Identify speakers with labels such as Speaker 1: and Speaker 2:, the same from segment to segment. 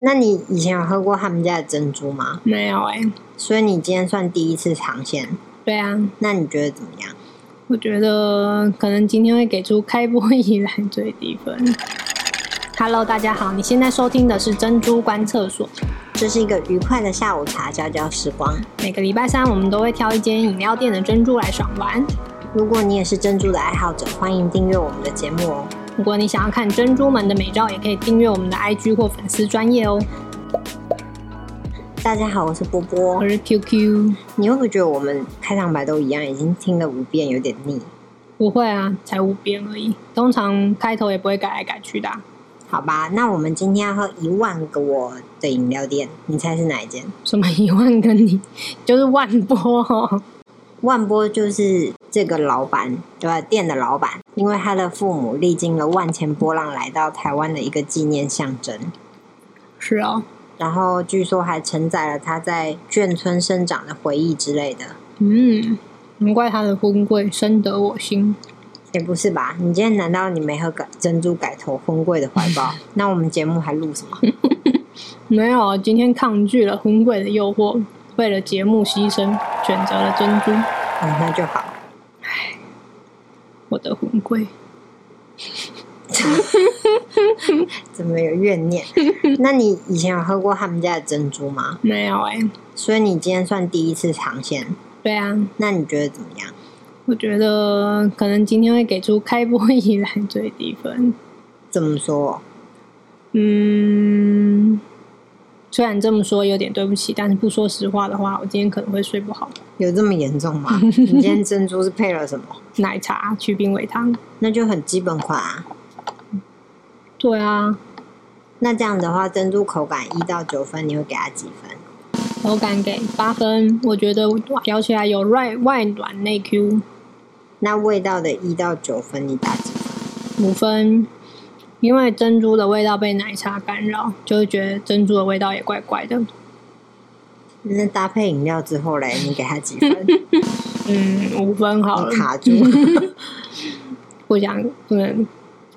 Speaker 1: 那你以前有喝过他们家的珍珠吗？
Speaker 2: 没有哎、
Speaker 1: 所以你今天算第一次尝鲜，
Speaker 2: 对啊，
Speaker 1: 那你觉得怎么样？
Speaker 2: 我觉得可能今天会给出开播以来最低分。Hello，大家好，你现在收听的是珍珠观厕所。
Speaker 1: 这是一个愉快的下午茶，交交时光。
Speaker 2: 每个礼拜三，我们都会挑一间饮料店的珍珠来爽玩。
Speaker 1: 如果你也是珍珠的爱好者，欢迎订阅我们的节目哦。
Speaker 2: 如果你想要看珍珠们的美照，也可以订阅我们的 IG 或粉丝专业哦。
Speaker 1: 大家好，我是波波
Speaker 2: 我。是 QQ，
Speaker 1: 你会不会觉得我们开场白都一样，已经听了五遍，有点腻？
Speaker 2: 不会啊，才五遍而已。通常开头也不会改来改去的啊、
Speaker 1: 好吧，那我们今天要喝一万个我的饮料店，你猜是哪一间？
Speaker 2: 什么一万跟你，就是万波、哦。
Speaker 1: 万波就是这个老板，对吧？店的老板，因为他的父母历经了万千波浪，来到台湾的一个纪念象征。
Speaker 2: 是哦，
Speaker 1: 然后据说还承载了他在眷村生长的回忆之类的。
Speaker 2: 嗯，难怪他的婚贵深得我心。
Speaker 1: 也不是吧？你今天难道你没喝改珍珠改头婚贵的怀抱？那我们节目还录什么？
Speaker 2: 没有，啊今天抗拒了婚贵的诱惑，为了节目牺牲，选择了珍珠，
Speaker 1: 嗯，那就好。
Speaker 2: 我的婚贵。
Speaker 1: 怎么有怨念？那你以前有喝过他们家的珍珠吗？
Speaker 2: 没有哎、
Speaker 1: 所以你今天算第一次尝鲜，
Speaker 2: 对啊，
Speaker 1: 那你觉得怎么样？
Speaker 2: 我觉得可能今天会给出开播以来最低分。
Speaker 1: 怎么说？
Speaker 2: 嗯，虽然这么说有点对不起，但是不说实话的话，我今天可能会睡不好。
Speaker 1: 有这么严重吗？你今天珍珠是配了什么？
Speaker 2: 奶茶、去冰尾汤，
Speaker 1: 那就很基本款啊。
Speaker 2: 对啊，
Speaker 1: 那这样的话，珍珠口感一到九分，你会给它几分？
Speaker 2: 口感给八分，我觉得咬起来有外外软内 Q，
Speaker 1: 那味道的一到九分，你打几分？
Speaker 2: 五分。因为珍珠的味道被奶茶干扰，就会觉得珍珠的味道也怪怪的。
Speaker 1: 那搭配饮料之后嘞，你给它几分？
Speaker 2: 嗯，五分好了
Speaker 1: 你，卡住。
Speaker 2: 不想不能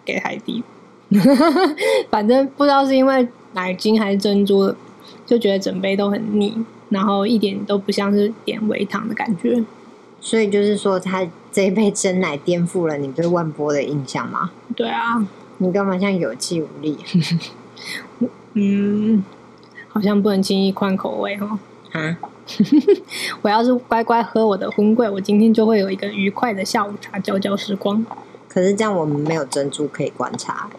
Speaker 2: 给太低。 反正不知道是因为奶精还是珍珠，就觉得整杯都很腻，然后一点都不像是点微糖的感觉。
Speaker 1: 所以就是说，它这一杯真奶颠覆了你对万波的印象吗？
Speaker 2: 对啊，
Speaker 1: 你干嘛像有气无力
Speaker 2: 嗯，好像不能轻易换口味哦。
Speaker 1: 啊？
Speaker 2: 我要是乖乖喝我的荤桂，我今天就会有一个愉快的下午茶，交交时光。
Speaker 1: 可是这样我们没有珍珠可以观察。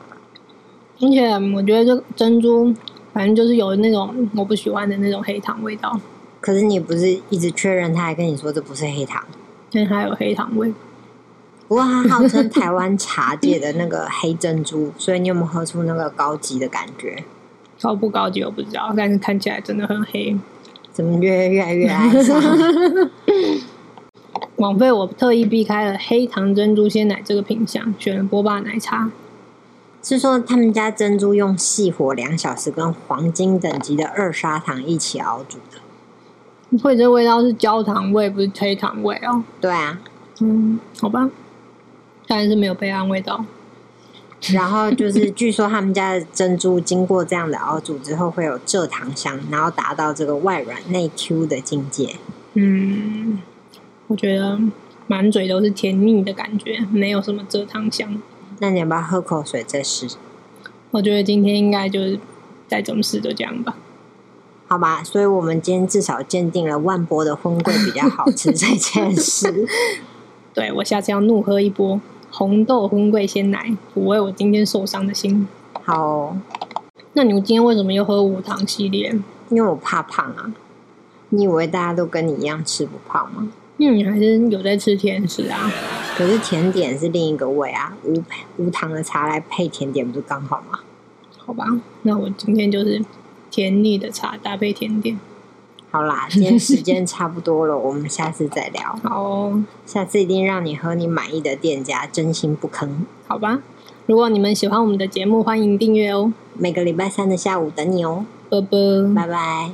Speaker 2: 而且我觉得这个珍珠，反正就是有那种我不喜欢的那种黑糖味道，
Speaker 1: 可是你不是一直确认，他还跟你说这不是黑糖？
Speaker 2: 但它有黑糖味。
Speaker 1: 不过他号称台湾茶界的那个黑珍珠，所以你有没有喝出那个高级的感觉？
Speaker 2: 高不高级我不知道，但是看起来真的很黑。
Speaker 1: 怎么越越来越爱上？
Speaker 2: 枉费我特意避开了黑糖珍珠鲜奶这个品相，选了波霸奶茶。
Speaker 1: 是说他们家珍珠用细火两小时跟黄金等级的二砂糖一起熬煮的。
Speaker 2: 会这味道是焦糖味，不是黑糖味哦。
Speaker 1: 对啊，
Speaker 2: 嗯，好吧，当然是没有备案味道。
Speaker 1: 然后就是据说他们家的珍珠经过这样的熬煮之后会有蔗糖香，然后达到这个外软内 Q 的境界。
Speaker 2: 嗯，我觉得满嘴都是甜腻的感觉，没有什么蔗糖香。
Speaker 1: 那你要不要喝口水再试？
Speaker 2: 我觉得今天应该就是再怎么试都这样吧。
Speaker 1: 好吧，所以我们今天至少鉴定了万波的荤桂比较好吃这件事。
Speaker 2: 对我下次要怒喝一波红豆荤桂鲜奶，抚慰我今天受伤的心。
Speaker 1: 好哦、
Speaker 2: 那你们今天为什么又喝无糖系列？
Speaker 1: 因为我怕胖啊。你以为大家都跟你一样吃不胖吗？
Speaker 2: 因为你还是有在吃甜食啊。
Speaker 1: 可是甜点是另一个味啊，无无糖的茶来配甜点不是刚好吗？
Speaker 2: 好吧，那我今天就是甜腻的茶搭配甜点。
Speaker 1: 好啦，今天时间差不多了，我们下次再聊。
Speaker 2: 好、哦，
Speaker 1: 下次一定让你和你满意的店家真心不坑。
Speaker 2: 好吧。如果你们喜欢我们的节目，欢迎订阅哦。
Speaker 1: 每个礼拜三的下午等你哦，
Speaker 2: 啵啵，
Speaker 1: 拜拜。